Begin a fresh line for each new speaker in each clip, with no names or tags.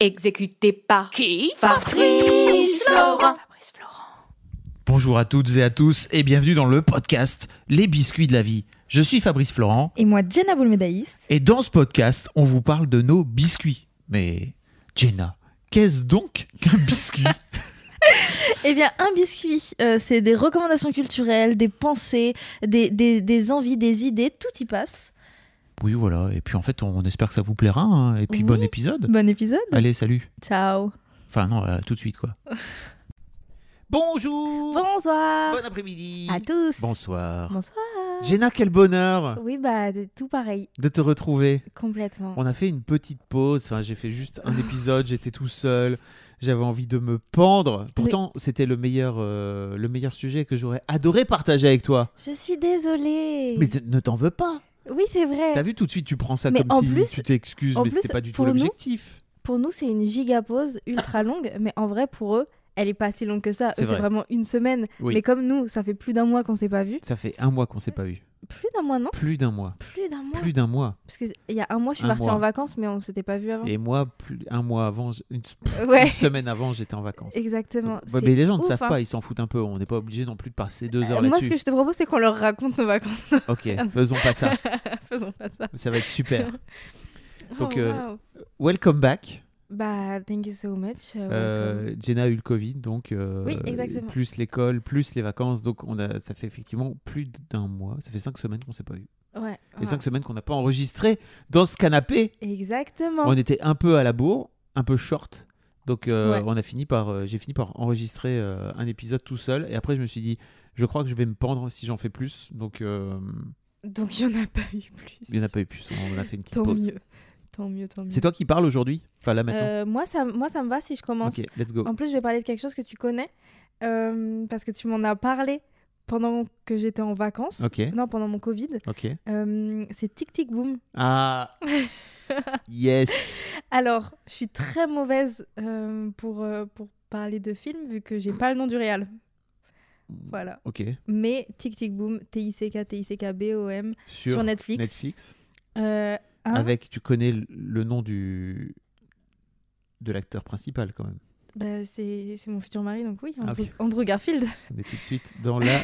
Exécuté par
Qui
Fabrice Florent.
Fabrice Florent.
Bonjour à toutes et à tous et bienvenue dans le podcast Les biscuits de la vie. Je suis Fabrice Florent
Et moi, Jenna Boulmedaïs.
et dans ce podcast, on vous parle de nos biscuits. Mais Jenna, qu'est-ce donc qu'un biscuit
Eh bien, un biscuit, euh, c'est des recommandations culturelles, des pensées, des, des- des envies, des idées, tout y passe.
Oui, voilà. Et puis en fait, on espère que ça vous plaira. hein. Et puis
Oui.
bon épisode.
Bon épisode.
Allez, salut.
Ciao.
Enfin non, euh, tout de suite quoi. Bonjour.
Bonsoir
Bon après-midi.
à tous.
Bonsoir.
Bonsoir.
Jenna, quel bonheur
Oui, bah, de- tout pareil,
de te retrouver.
complètement.
On a fait une petite pause, enfin, j'ai fait juste un épisode, j'étais tout seul, j'avais envie de me pendre. Pourtant, c'était le meilleur, euh, le meilleur sujet que j'aurais adoré partager avec toi.
Je suis désolée.
Mais t- ne t'en veux pas.
Oui, c'est vrai.
T'as vu tout de suite, tu prends ça
Mais
comme
en
si
plus-
tu t'excuses,
en
mais
plus,
c'était pas du tout
pour nous-
l'objectif.
Pour nous, c'est une giga pause ultra longue, mais en vrai, pour eux, elle est pas si longue que ça. Eux,
C'est
C'est
vrai.
vraiment une semaine.
Oui.
Mais comme nous, ça fait plus d'un mois qu'on s'est pas vu.
Ça fait un mois qu'on s'est pas vu.
Plus d'un mois, non
Plus d'un mois.
Plus d'un mois.
Plus d'un mois.
Parce qu'il y a un mois, je suis
Un
partie
mois.
en vacances, mais on s'était pas vu avant.
Et moi, plus... un mois avant, j- une, s-
Ouais.
une semaine avant, j'étais en vacances.
Exactement.
Donc, ouais,
c'est
mais les gens ne
ouf,
savent
hein.
pas, ils s'en foutent un peu. On n'est pas obligé non plus de passer deux
Euh,
heures
Moi, ce que
là-dessus.
je te propose, c'est qu'on leur raconte nos vacances.
Ok, faisons pas ça.
Faisons pas ça.
Ça va être super. Donc,
Oh,
euh,
waouh.
Welcome back.
Bah, thank you so much. euh,
Euh,
welcome.
Jenna a eu le Covid, donc euh,
Oui, exactement.
plus l'école, plus les vacances, donc on a, ça fait effectivement plus d'un mois, ça fait cinq semaines qu'on s'est pas eu,
Ouais.
et
ouais.
cinq semaines qu'on n'a pas enregistré dans ce canapé.
Exactement.
On était un peu à la bourre, un peu short, donc euh,
Ouais.
on a fini par, euh, j'ai fini par enregistrer euh, un épisode tout seul, et après je me suis dit, je crois que je vais me pendre si j'en fais plus, donc euh,
Donc, il n'y en a pas eu plus.
il n'y en a pas eu plus, on a fait une petite
Tant
pause.
mieux. Tant mieux, tant mieux.
C'est toi qui parles aujourd'hui, enfin là maintenant.
Euh, moi, ça, moi, ça me va si je commence.
ok, let's go.
En plus, je vais parler de quelque chose que tu connais, euh, parce que tu m'en as parlé pendant que j'étais en vacances.
Ok,
Non, pendant mon Covid.
ok.
Euh, c'est Tic Tic Boom.
Ah, yes.
Alors, je suis très mauvaise euh, pour, euh, pour parler de films vu que j'ai pas le nom du réal. Voilà.
Ok.
Mais Tic Tic Boom, T-I-C-K, T-I-C-K, B-O-M,
Sur,
sur, Netflix.
Netflix.
Euh, hein
avec, tu connais le- le nom du de l'acteur principal quand même.
bah, c'est c'est mon futur mari, donc oui,
Ah
Andrew,
oui.
Andrew Garfield.
On est tout de suite dans la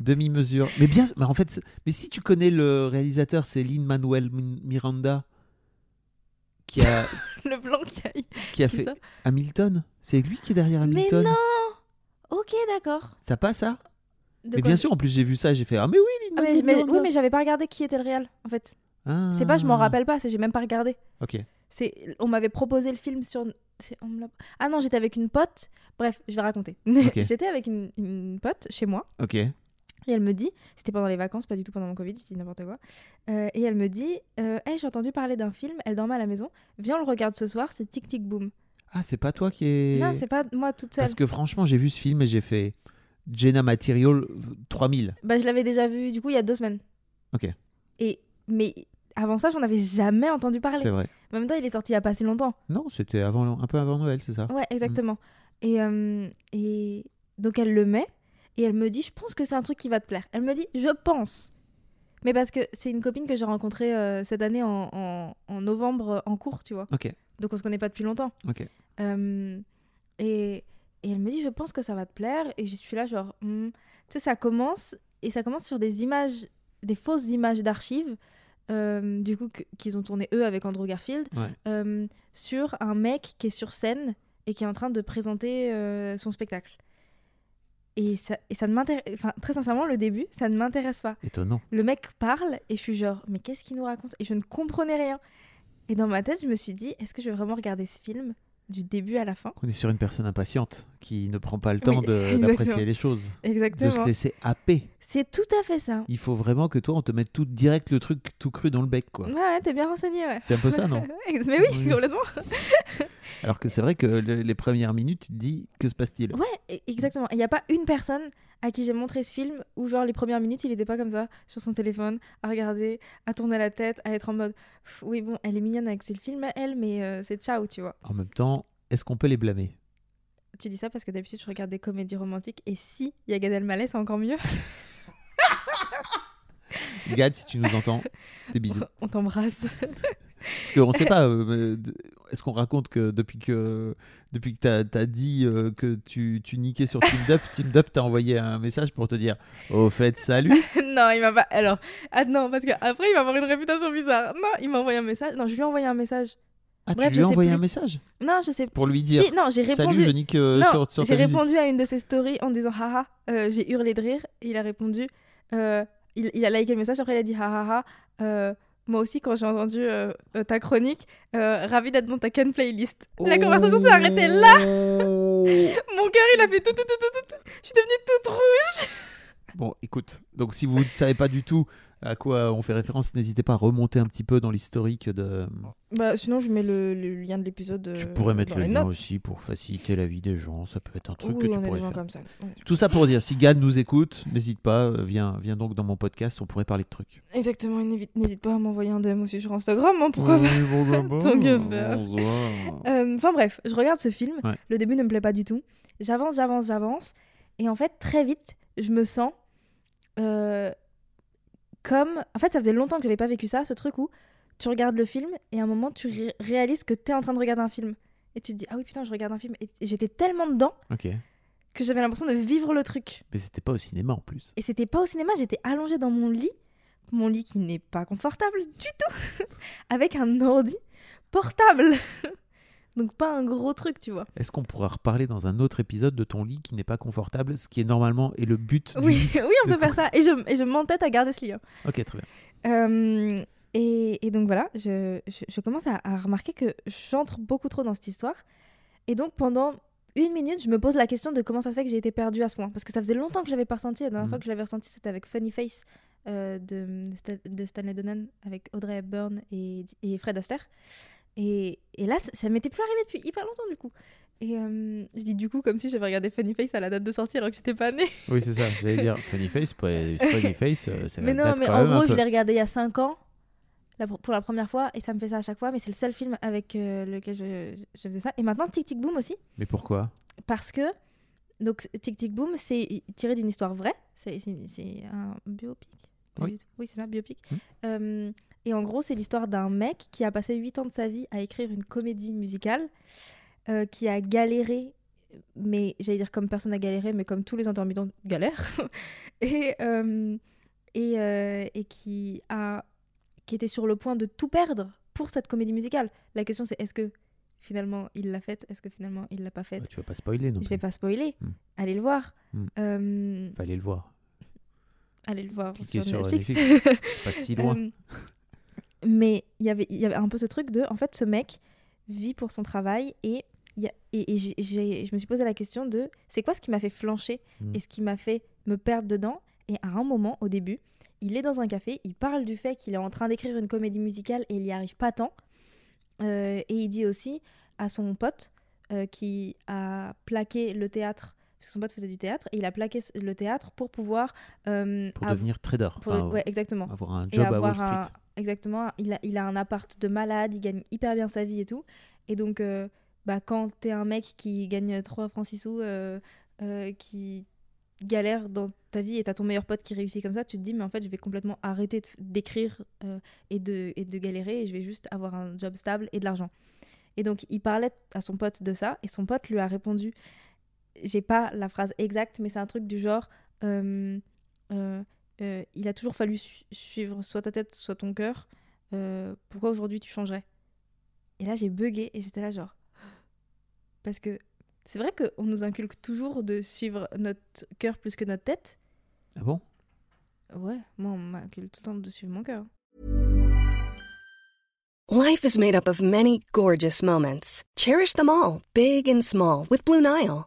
demi-mesure. Mais bien, mais en fait, mais si tu connais le réalisateur, c'est Lin Manuel Miranda qui a
le blanc qui a eu.
qui a
Qui
fait
ça
Hamilton. C'est lui qui est derrière
Mais
Hamilton.
non Ok, d'accord.
Ça passe ça
De
Mais
quoi-
bien sûr, en plus j'ai vu ça, j'ai fait ah mais oui Lin
Ah, mais,
Manuel
mais-
Miranda.
oui, mais j'avais pas regardé qui était le réal, en fait.
Ah.
C'est pas, je m'en rappelle pas, c'est j'ai même pas regardé.
Ok.
C'est, on m'avait proposé le film sur. c'est- on me l'a- ah non, j'étais avec une pote. Bref, je vais raconter. j'étais avec une, une pote chez moi
Ok.
et elle me dit, c'était pendant les vacances, pas du tout pendant mon Covid, je dis n'importe quoi. Euh, et elle me dit, euh, Hey, j'ai entendu parler d'un film, elle dormait à la maison, viens on le regarde ce soir, c'est Tic Tic Boom.
Ah c'est pas toi qui est.
Non, c'est pas moi toute seule.
Parce que franchement, j'ai vu ce film et j'ai fait Jenna Material 3000.
Bah, je l'avais déjà vu du coup il y a deux semaines.
Ok.
Et mais avant ça, j'en avais jamais entendu parler.
C'est vrai.
En même temps, il est sorti il y a pas si longtemps.
Non, c'était avant, un peu avant Noël, c'est ça
Ouais, exactement. Et, euh, et donc elle le met et elle me dit, je pense que c'est un truc qui va te plaire. Elle me dit, je pense. Mais parce que c'est une copine que j'ai rencontrée euh, cette année en, en- en novembre euh, en cours, tu vois.
Ok,
Donc on se connaît pas depuis longtemps.
ok.
Euh, et, et elle me dit, je pense que ça va te plaire. Et je suis là, genre, hmm. tu sais, ça commence et ça commence sur des images, des fausses images d'archives. euh, du coup, que- qu'ils ont tourné eux avec Andrew Garfield
Ouais.
euh, sur un mec qui est sur scène et qui est en train de présenter euh, son spectacle. Et ça, et ça ne m'intéresse, enfin, très sincèrement, le début, ça ne m'intéresse pas.
Étonnant.
Le mec parle et je suis genre, mais qu'est-ce qu'il nous raconte Et je ne comprenais rien. Et dans ma tête, je me suis dit, est-ce que je vais vraiment regarder ce film du début à la fin.
On est sur une personne impatiente qui ne prend pas le temps
Oui,
de-
exactement.
d'apprécier les choses, de se
Exactement.
laisser happer.
C'est tout à fait ça.
Il faut vraiment que toi, on te mette tout direct le truc tout cru dans le bec, quoi.
Ouais, ouais, t'es bien renseigné, ouais.
C'est un peu ça, non
Mais oui,
Oui.
complètement.
Alors que c'est vrai que le- les premières minutes, tu te dis que se passe-t-il
Ouais, e- exactement. Il n'y a pas une personne à qui j'ai montré ce film où, genre, les premières minutes, il n'était pas comme ça, sur son téléphone, à regarder, à tourner la tête, à être en mode Pff, Oui, bon, elle est mignonne avec ses films à elle, mais euh, c'est ciao, tu vois.
En même temps, est-ce qu'on peut les blâmer
Tu dis ça parce que d'habitude, je regarde des comédies romantiques et si il y a Gad Elmaleh, c'est encore mieux.
Gad, si tu nous entends, des bisous.
On t'embrasse.
Parce qu'on ne sait pas, euh, euh, d- est-ce qu'on raconte que depuis que, depuis que tu as, dit euh, que tu, tu niquais sur TeamDup, TeamDup t'a envoyé un message pour te dire Au fait, salut
non, il m'a pas. Alors, ah non, parce qu'après, il va avoir une réputation bizarre. Non, il m'a envoyé un message. Non, je lui ai envoyé un message.
Ah,
Bref,
tu
je
lui as
sais
envoyé
plus.
un message
Non, je sais
pour lui dire
Si, non, j'ai répondu.
Salut, je nique euh,
Non,
sur, sur
j'ai
ta musique.
répondu à une de ses stories en disant haha, euh, j'ai hurlé de rire. Et il a répondu, euh, il, il a liké le message, après il a dit haha, euh, moi aussi quand j'ai entendu euh, euh, ta chronique, euh, ravi d'être dans ta can playlist.
Oh.
La conversation s'est arrêtée là, mon cœur il a fait tout, tout, tout, tout, tout, tout. je suis devenue toute rouge.
Bon, écoute, donc si vous ne savez pas du tout à quoi on fait référence, n'hésitez pas à remonter un petit peu dans l'historique de.
Bah sinon je mets le, lien de l'épisode. euh,
Tu pourrais mettre le lien aussi pour faciliter la vie des gens, ça peut être un truc que tu pourrais faire.
comme ça.
Tout ça pour dire, si Gad nous écoute, n'hésite pas, euh, viens, viens donc dans mon podcast, on pourrait parler de trucs.
Exactement, n'hésite pas à m'envoyer un DM aussi sur Instagram, hein, pourquoi pas Tant que faire. Euh, Enfin bref, je regarde ce film.
Ouais.
Le début ne me plaît pas du tout. J'avance, j'avance, j'avance. Et en fait, très vite, je me sens euh, comme. En fait, ça faisait longtemps que j'avais pas vécu ça, ce truc où tu regardes le film et à un moment, tu ré- réalises que t'es en train de regarder un film. Et tu te dis, ah oui, putain, je regarde un film. Et et j'étais tellement dedans
Ok,
que j'avais l'impression de vivre le truc.
mais c'était pas au cinéma en plus.
Et c'était pas au cinéma, j'étais allongée dans mon lit, mon lit qui n'est pas confortable du tout, avec un ordi portable. Donc pas un gros truc, tu vois.
Est-ce qu'on pourra reparler dans un autre épisode de ton lit qui n'est pas confortable, ce qui est normalement et le but du
Oui,
lit
oui, on peut faire ça. Et je, et je m'entête à garder ce lien.
Ok, très bien.
Euh, et, et donc voilà, je, je- je commence à, à remarquer que j'entre beaucoup trop dans cette histoire. Et donc pendant une minute, je me pose la question de comment ça se fait que j'ai été perdue à ce point. Parce que ça faisait longtemps que je l'avais pas ressenti. La dernière
Mhm.
fois que je l'avais ressenti, c'était avec Funny Face euh, de, Sta- de Stanley Donen, avec Audrey Hepburn et, et Fred Astaire. Et, et là, ça, ça m'était plus arrivé depuis hyper longtemps du coup. Et euh, je dis du coup comme si j'avais regardé Funny Face à la date de sortie alors que j'étais pas née.
Oui, c'est ça, j'allais dire Funny Face, pas- Funny Face, euh, ça
Mais non,
date
mais
quand
en
même un
gros, je
peu.
l'ai regardé il y a 5 ans la pr- pour la première fois et ça me fait ça à chaque fois. Mais c'est le seul film avec euh, lequel je, je faisais ça. Et maintenant, Tic Tic Boom aussi,
Mais pourquoi
parce que donc Tic Tic Boom, c'est tiré d'une histoire vraie. C'est c'est- c'est un biopic. Pas
Oui.
du tout. oui c'est ça, biopic.
Mm.
Euh, et en gros, c'est l'histoire d'un mec qui a passé 8 ans de sa vie à écrire une comédie musicale, euh, qui a galéré, mais j'allais dire comme personne a galéré, mais comme tous les intermittents galèrent, et, euh, et, euh, et qui, a, qui était sur le point de tout perdre pour cette comédie musicale. La question, c'est est-ce que finalement il l'a faite Est-ce que finalement il l'a pas faite
Bah, Tu vas pas spoiler non
Je vais
plus.
pas spoiler.
Mm.
Allez le voir.
Mm.
Euh,
Fallait le voir.
allez le voir
Cliquez
sur,
sur
Netflix.
C'est Pas si loin.
Euh, mais il y avait- il y avait un peu ce truc de, en fait, ce mec vit pour son travail et, il y a- et, et j'ai- j'ai- je me suis posé la question de c'est quoi ce qui m'a fait flancher
Mm.
et ce qui m'a fait me perdre dedans. Et à un moment, au début, il est dans un café, il parle du fait qu'il est en train d'écrire une comédie musicale et il n'y arrive pas tant. Euh, et il dit aussi à son pote euh, qui a plaqué le théâtre, parce que son pote faisait du théâtre, et il a plaqué ce- le théâtre pour pouvoir... euh,
pour
av-
devenir Ah, trader.
pour-
enfin,
ouais, exactement
Avoir un
et
job à
avoir
Wall Street.
un- Exactement, il a, il a un appart de malade, il gagne hyper bien sa vie et tout. Et donc, euh, bah, quand t'es un mec qui gagne 3 francs 6 sous, euh, euh, qui galère dans ta vie et t'as ton meilleur pote qui réussit comme ça, tu te dis, mais en fait, je vais complètement arrêter de f- d'écrire euh, et, de, et de galérer et je vais juste avoir un job stable et de l'argent. Et donc, il parlait à son pote de ça et son pote lui a répondu, j'ai pas la phrase exacte, mais c'est un truc du genre. euh, euh, euh, il a toujours fallu su- suivre soit ta tête, soit ton cœur. Euh, pourquoi aujourd'hui tu changerais Et là, j'ai bugué et j'étais là, genre. Parce que c'est vrai qu'on nous inculque toujours de suivre notre cœur plus que notre tête.
Ah bon
Ouais, moi, on m'inculque tout le temps de suivre mon cœur.
Life is made up of many gorgeous moments. Cherish them all, big and small, with Blue Nile.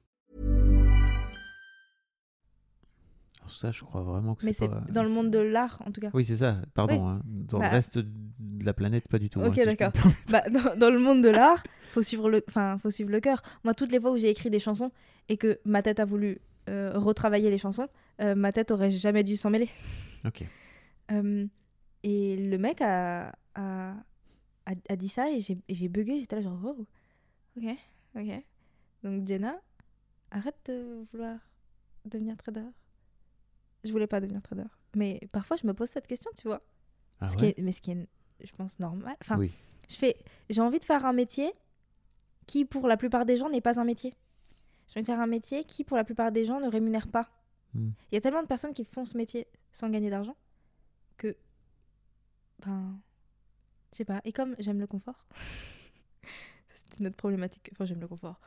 Alors Ça, je crois vraiment que
Mais
c'est
c'est
pas.
dans le monde de l'art, en tout cas.
Oui, c'est ça, pardon.
Oui.
hein. Dans
Bah.
le reste de la planète, pas du tout.
Ok,
hein, si je peux me
d'accord.
permettre.
Bah, dans, dans le monde de l'art, faut suivre le, enfin, faut suivre le cœur. Moi, toutes les fois où j'ai écrit des chansons et que ma tête a voulu euh, retravailler les chansons, euh, ma tête aurait jamais dû s'en mêler.
Ok.
Euh, et le mec a, a, a, a dit ça et j'ai et j'ai bugué, j'étais là genre wow. Ok, ok. Donc Jenna, arrête de vouloir devenir trader. Je voulais pas devenir trader. Mais parfois je me pose cette question, tu vois.
Ah
ce
ouais
qui est, mais ce qui est, je pense, normal. Enfin,
Oui.
je fais, j'ai envie de faire un métier qui, pour la plupart des gens, n'est pas un métier. J'ai envie de faire un métier qui, pour la plupart des gens, ne rémunère pas. Il
Hmm.
y a tellement de personnes qui font ce métier sans gagner d'argent que, ben, je sais pas. Et comme j'aime le confort, c'était notre problématique. Enfin, j'aime le confort.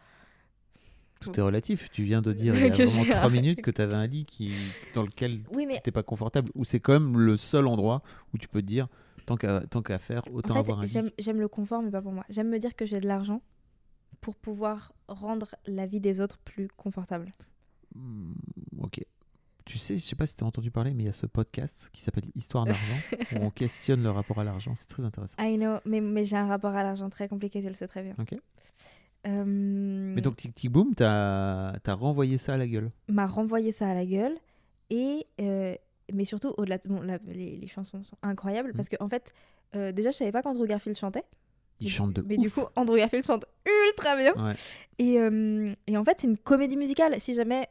Tout est relatif. Tu viens de dire il y a
Que j'ai
vraiment trois
arrêté.
minutes que tu avais un lit qui... dans lequel
Oui, mais
t'es pas confortable, ou c'est quand même le seul endroit où tu peux te dire tant qu'à tant qu'à faire,
En
autant
fait,
avoir un lit.
j'aime- j'aime le confort, mais pas pour moi. J'aime me dire que j'ai de l'argent pour pouvoir rendre la vie des autres plus confortable.
Hmm, ok. Tu sais, je sais pas si t'as entendu parler, mais il y a ce podcast qui s'appelle Histoire d'argent, où on questionne le rapport à l'argent. C'est très intéressant.
I know, mais, mais j'ai un rapport à l'argent très compliqué, tu le sais très bien.
Ok.
Euh,
Mais donc, Tic Tic Boom, t'as as renvoyé ça à la gueule.
m'a renvoyé ça à la gueule et euh, mais surtout au-delà de- bon, la- les, les chansons sont incroyables
Mmh.
parce que en fait euh, déjà je savais pas qu'Andrew Garfield chantait
Il
Mais-
chante de
mais
ouf.
du coup Andrew Garfield chante ultra bien
Ouais.
et, euh, et en fait c'est une comédie musicale si jamais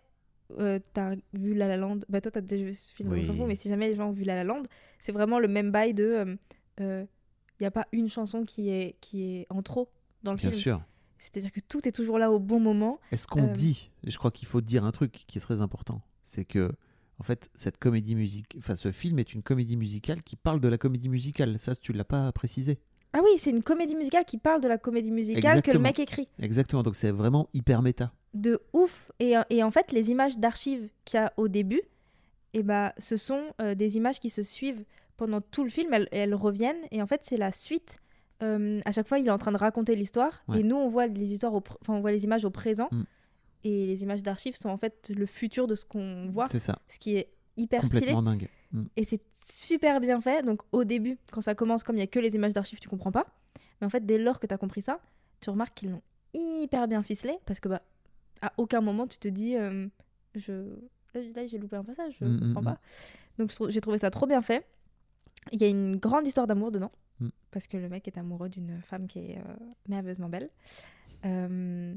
euh, t'as vu La La Land bah toi t'as déjà vu ce film on s'en
Oui.
fout mais si jamais les gens ont vu La La Land c'est vraiment le même bail de il y a pas une chanson qui est qui est en trop dans le
Bien
film
sûr.
c'est-à-dire que tout est toujours là au bon moment
Est-ce qu'on
Euh,
dit, je crois qu'il faut dire un truc qui est très important, c'est que en fait cette comédie musique, enfin ce film est une comédie musicale qui parle de la comédie musicale. Ça, tu l'as pas précisé.
Ah oui, c'est une comédie musicale qui parle de la comédie musicale que le
Exactement.
mec écrit.
Exactement. Donc c'est vraiment hyper méta.
De ouf. Et, euh, et en fait, les images d'archives qu'il y a au début, eh bah, ce sont euh, des images qui se suivent pendant tout le film. Elles, elles reviennent. Et en fait, c'est la suite. Euh, à chaque fois, il est en train de raconter l'histoire.
Ouais.
Et nous, on voit, les histoires au pr- enfin, on voit les images au présent.
Mm.
Et les images d'archives sont en fait le futur de ce qu'on voit,
C'est ça.
ce qui est hyper stylé.
Complètement dingue. Mm.
Et c'est super bien fait. Donc au début, quand ça commence, comme il n'y a que les images d'archives, tu comprends pas. Mais en fait, dès lors que tu as compris ça, tu remarques qu'ils l'ont hyper bien ficelé parce que bah à aucun moment tu te dis euh, je là, là, j'ai loupé un passage, je
Mm,
comprends
mm,
pas. Donc je trou- j'ai trouvé ça trop bien fait. Il y a une grande histoire d'amour dedans
Mm.
parce que le mec est amoureux d'une femme qui est euh, merveilleusement belle. Euh,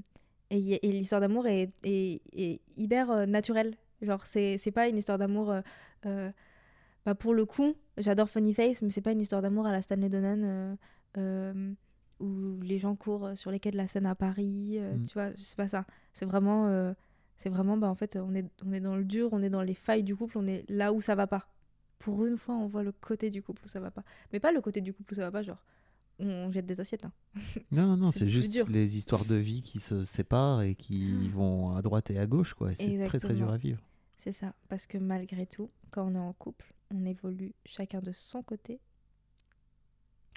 et il y a- et l'histoire d'amour est, est- est hyper euh, naturelle. Genre, c'est c'est pas une histoire d'amour euh, euh, bah, pour le coup, j'adore Funny Face, mais c'est pas une histoire d'amour à la Stanley Donen euh, euh, où les gens courent sur les quais de la Seine à Paris, euh,
Mm.
tu vois, c'est pas ça. C'est vraiment, euh, c'est vraiment, bah en fait, on est, on est dans le dur, on est dans les failles du couple, on est là où ça va pas. Pour une fois, on voit le côté du couple où ça va pas, mais pas le côté du couple où ça va pas, genre on jette des assiettes. hein.
Non, non, non,
C'est
c'est
plus
juste
dur. Ah.
les histoires de vie qui se séparent et qui vont à droite et à gauche, quoi. Et C'est très très dur
Exactement.
à vivre.
C'est ça, parce que malgré tout, quand on est en couple, on évolue chacun de son côté.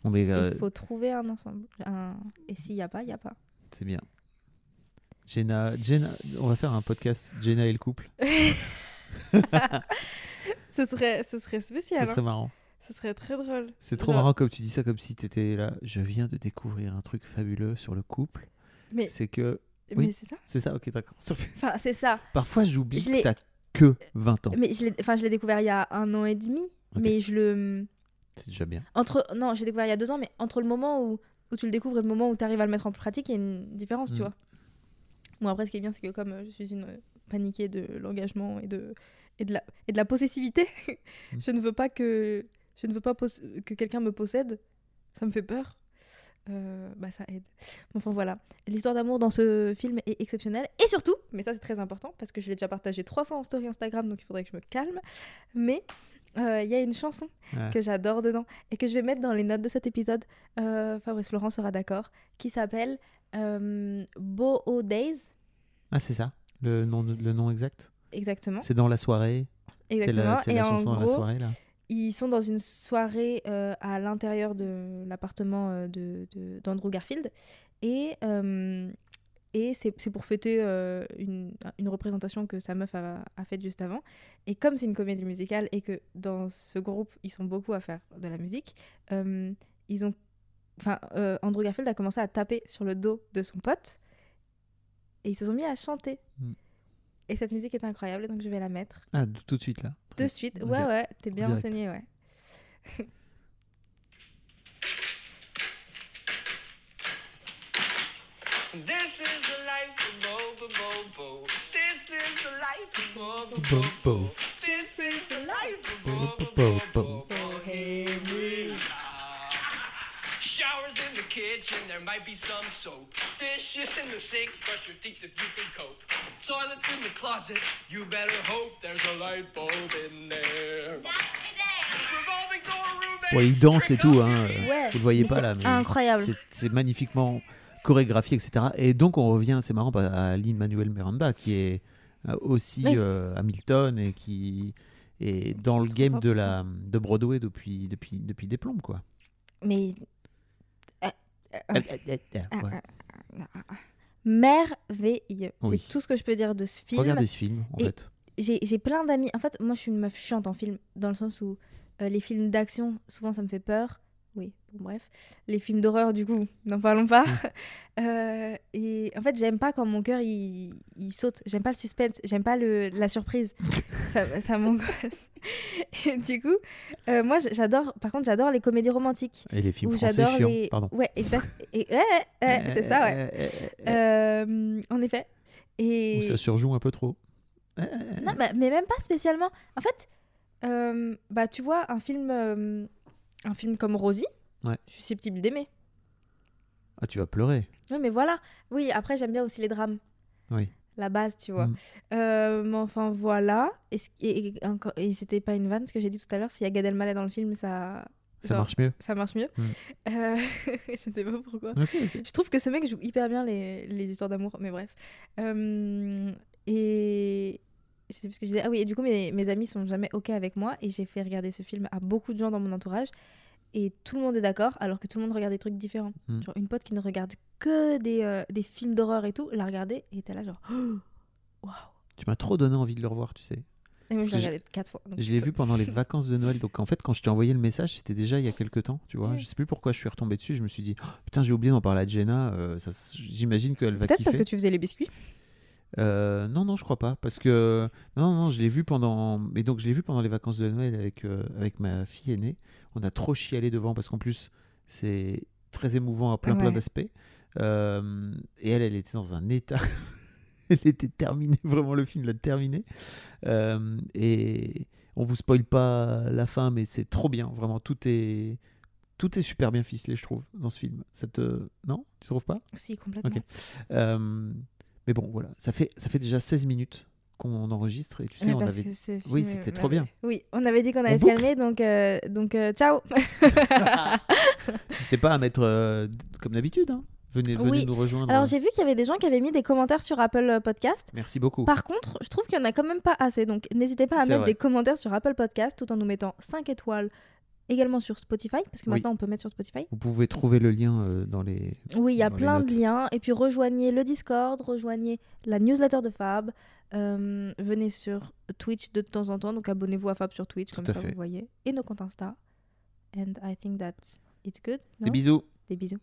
On est,
et
euh,
Il faut trouver un ensemble. un- Et s'il y a pas, il y a pas.
c'est bien. Jenna, Jenna, on va faire un podcast Jenna et le couple.
Ce serait, ce serait
Ce
spécial. hein.
serait marrant.
Ce serait très drôle.
C'est trop
Non.
marrant comme tu dis ça, comme si tu étais là. Je viens de découvrir un truc fabuleux sur le couple.
Mais-
C'est que. Oui.
Mais c'est ça.
C'est ça, ok, d'accord. Ça fait-
Enfin, c'est ça.
Parfois, j'oublie
Je
que
l'ai-
t'as que 20 ans.
Mais je l'ai, enfin, je l'ai découvert il y a un an et demi. Mais je le.
C'est déjà bien.
Entre... Non, j'ai découvert il y a deux ans, mais entre le moment où, où tu le découvres et le moment où tu arrives à le mettre en pratique, il y a une différence, tu
Mm.
vois. Bon, après, ce qui est bien, c'est que comme euh, je suis une euh, paniquée de l'engagement et de, et, de la... et de la possessivité,
Mm.
je ne veux pas que, je ne veux pas poss- que quelqu'un me possède. Ça me fait peur. euh, bah, ça aide. Enfin voilà, l'histoire d'amour dans ce film est exceptionnelle. Et surtout, mais ça c'est très important, parce que je l'ai déjà partagé trois fois en story Instagram, donc il faudrait que je me calme, mais euh, il y a une chanson
Ouais.
que j'adore dedans et que je vais mettre dans les notes de cet épisode, euh, Fabrice Laurent sera d'accord, qui s'appelle euh, Beau aux Days.
Ah, c'est ça, le nom, le nom exact.
Exactement.
C'est dans la soirée. C'est
Exactement.
la, c'est la
et
chanson
en
dans la
gros,
soirée, là.
ils sont dans une soirée euh, à l'intérieur de l'appartement euh, de- de- d'Andrew Garfield. Et, euh, et c'est c'est pour fêter euh, une, une représentation que sa meuf a, a faite juste avant. Et comme c'est une comédie musicale et que dans ce groupe, ils sont beaucoup à faire de la musique, euh, ils ont. Enfin, euh, Andrew Garfield a commencé à taper sur le dos de son pote et ils se sont mis à chanter.
Mm.
Et cette musique est incroyable, donc je vais la mettre
Ah, d- tout de suite, là.
de suite.
Ok.
Ouais, ouais, t'es bien
Direct.
renseigné, ouais.
This is the life of Boba Bobo. This is the life of Boba
Bo- bo.
Bobo. This is the life of
Bo-
Boba
bo-
Bobo.
bo.
Henry. Showers in the kitchen, there might be some soap. Dishes in the sink, brush your teeth if you can cope. Toilets in the closet, you better hope there's a light bulb in there. Revolving door roommates,
Ouais, il danse et
trick
tout,
up
hein.
your
Ouais.
Vous le voyez
Mais
pas
c'est
là. mais
incroyable.
c'est- C'est magnifiquement chorégraphié, etc. Et donc on revient, c'est marrant, bah, à Lin Manuel Miranda qui est euh, aussi
Oui.
euh, Hamilton et qui est dans le
trop
game
fort
de
pour
la de Broadway depuis depuis depuis des plombes quoi.
Mais.
Euh, euh, euh, euh,
Ah,
ouais.
Merveilleux.
Oui.
C'est tout ce que je peux dire de ce film.
Regardez ce film en
ah, Et-
fait.
J'ai j'ai plein d'amis. En fait, moi, je suis une meuf chiante en film, dans le sens où euh, les films d'action, souvent, ça me fait peur. Oui, bon, bref. Les films d'horreur, du coup, n'en parlons
Mm.
pas. Euh, et en fait, j'aime pas quand mon cœur il, il saute. J'aime pas le suspense. J'aime pas le, la surprise. ça ça m'angoisse. Et du coup, euh, moi, j'adore. Par contre, j'adore les comédies romantiques.
Et les films
où
français
j'adore
chiants,
les.
pardon.
Ouais, exact. Et, ouais, ouais, ouais, c'est ça, ouais.
Euh, euh, euh,
Euh, en effet.
euh,
Et.
Où ça surjoue un peu trop. Euh, euh,
Non, bah, mais même pas spécialement. En fait, euh, bah, tu vois, un film, euh, un film comme Rosie,
Ouais.
je suis susceptible d'aimer.
Ah tu vas pleurer.
Oui, mais voilà. Oui, après, j'aime bien aussi les drames.
Oui.
La base, tu vois.
Mm.
Euh, mais enfin, voilà. Et, ce- et- et encore- et c'était pas une vanne, ce que j'ai dit tout à l'heure. S'il y a Gad Elmaleh dans le film, ça,
Ça
genre,
marche mieux.
ça marche mieux.
Mm.
Euh, je sais pas pourquoi.
Ok, ok.
Je trouve que ce mec joue hyper bien les, les histoires d'amour, mais bref. Euh, et je sais plus ce que je disais. Ah oui, et du coup, mes, mes amis sont jamais OK avec moi et j'ai fait regarder ce film à beaucoup de gens dans mon entourage et tout le monde est d'accord alors que tout le monde regarde des trucs différents.
Mm.
Genre, une pote qui ne regarde que des, euh, des films d'horreur et tout l'a regardé et était là, genre, Oh, waouh!
Tu m'as trop donné envie de le revoir, tu sais.
Et moi,
Parce
je
que
l'ai
j'ai-
regardé quatre fois. donc
Je
tu
l'ai
peux-
vu pendant les vacances de Noël. Donc en fait, quand je t'ai envoyé le message, c'était déjà il y a quelques temps, tu vois.
Ouais.
Je sais plus pourquoi je suis retombé dessus. Je me suis dit, Oh, putain, j'ai oublié d'en parler à Jenna. euh, ça, J'imagine qu'elle va
Peut-être
kiffer.
parce que tu faisais les biscuits.
Euh, non, non, je crois pas. Parce que non, non, je l'ai vu pendant. Mais donc je l'ai vu pendant les vacances de Noël avec euh, avec ma fille aînée. On a trop chialé devant parce qu'en plus c'est très émouvant à plein plein
Ouais.
d'aspects. Euh, et elle, elle était dans un état. elle était terminée. Vraiment, le film l'a terminée. Euh, et on vous spoile pas la fin, mais c'est trop bien. Vraiment, tout est tout est super bien ficelé, je trouve, dans ce film. Ça te non, tu trouves pas?
Si, complètement.
Ok. Euh, mais bon, voilà, ça fait, ça fait déjà 16 minutes qu'on enregistre et tu sais,
Mais
on
parce
avait.
que ce
Oui,
film
c'était trop
m'avait-
bien.
Oui, on avait dit qu'on
On
allait se
boucle
calmer, donc, euh, donc euh, ciao.
C'était pas à mettre euh, d- comme d'habitude. hein. Venez, venez
Oui.
nous rejoindre. hein.
Alors j'ai vu qu'il y avait des gens qui avaient mis des commentaires sur Apple euh, Podcast.
Merci beaucoup.
Par contre, je trouve qu'il y en a quand même pas assez. Donc n'hésitez pas à
C'est
mettre
vrai.
des commentaires sur Apple Podcast tout en nous mettant 5 étoiles également sur Spotify parce que
Oui.
maintenant on peut mettre sur Spotify.
Vous pouvez trouver le lien euh, dans les.
Oui, il y a
Dans les
plein de
notes.
liens et puis rejoignez le Discord, rejoignez la newsletter de Fab. euh, venez sur Twitch de temps en temps, donc abonnez-vous à Fab sur Twitch comme
à
ça
fait.
vous voyez et nos comptes Insta. And I think that it's good.
Des
non
bisous.
Des bisous.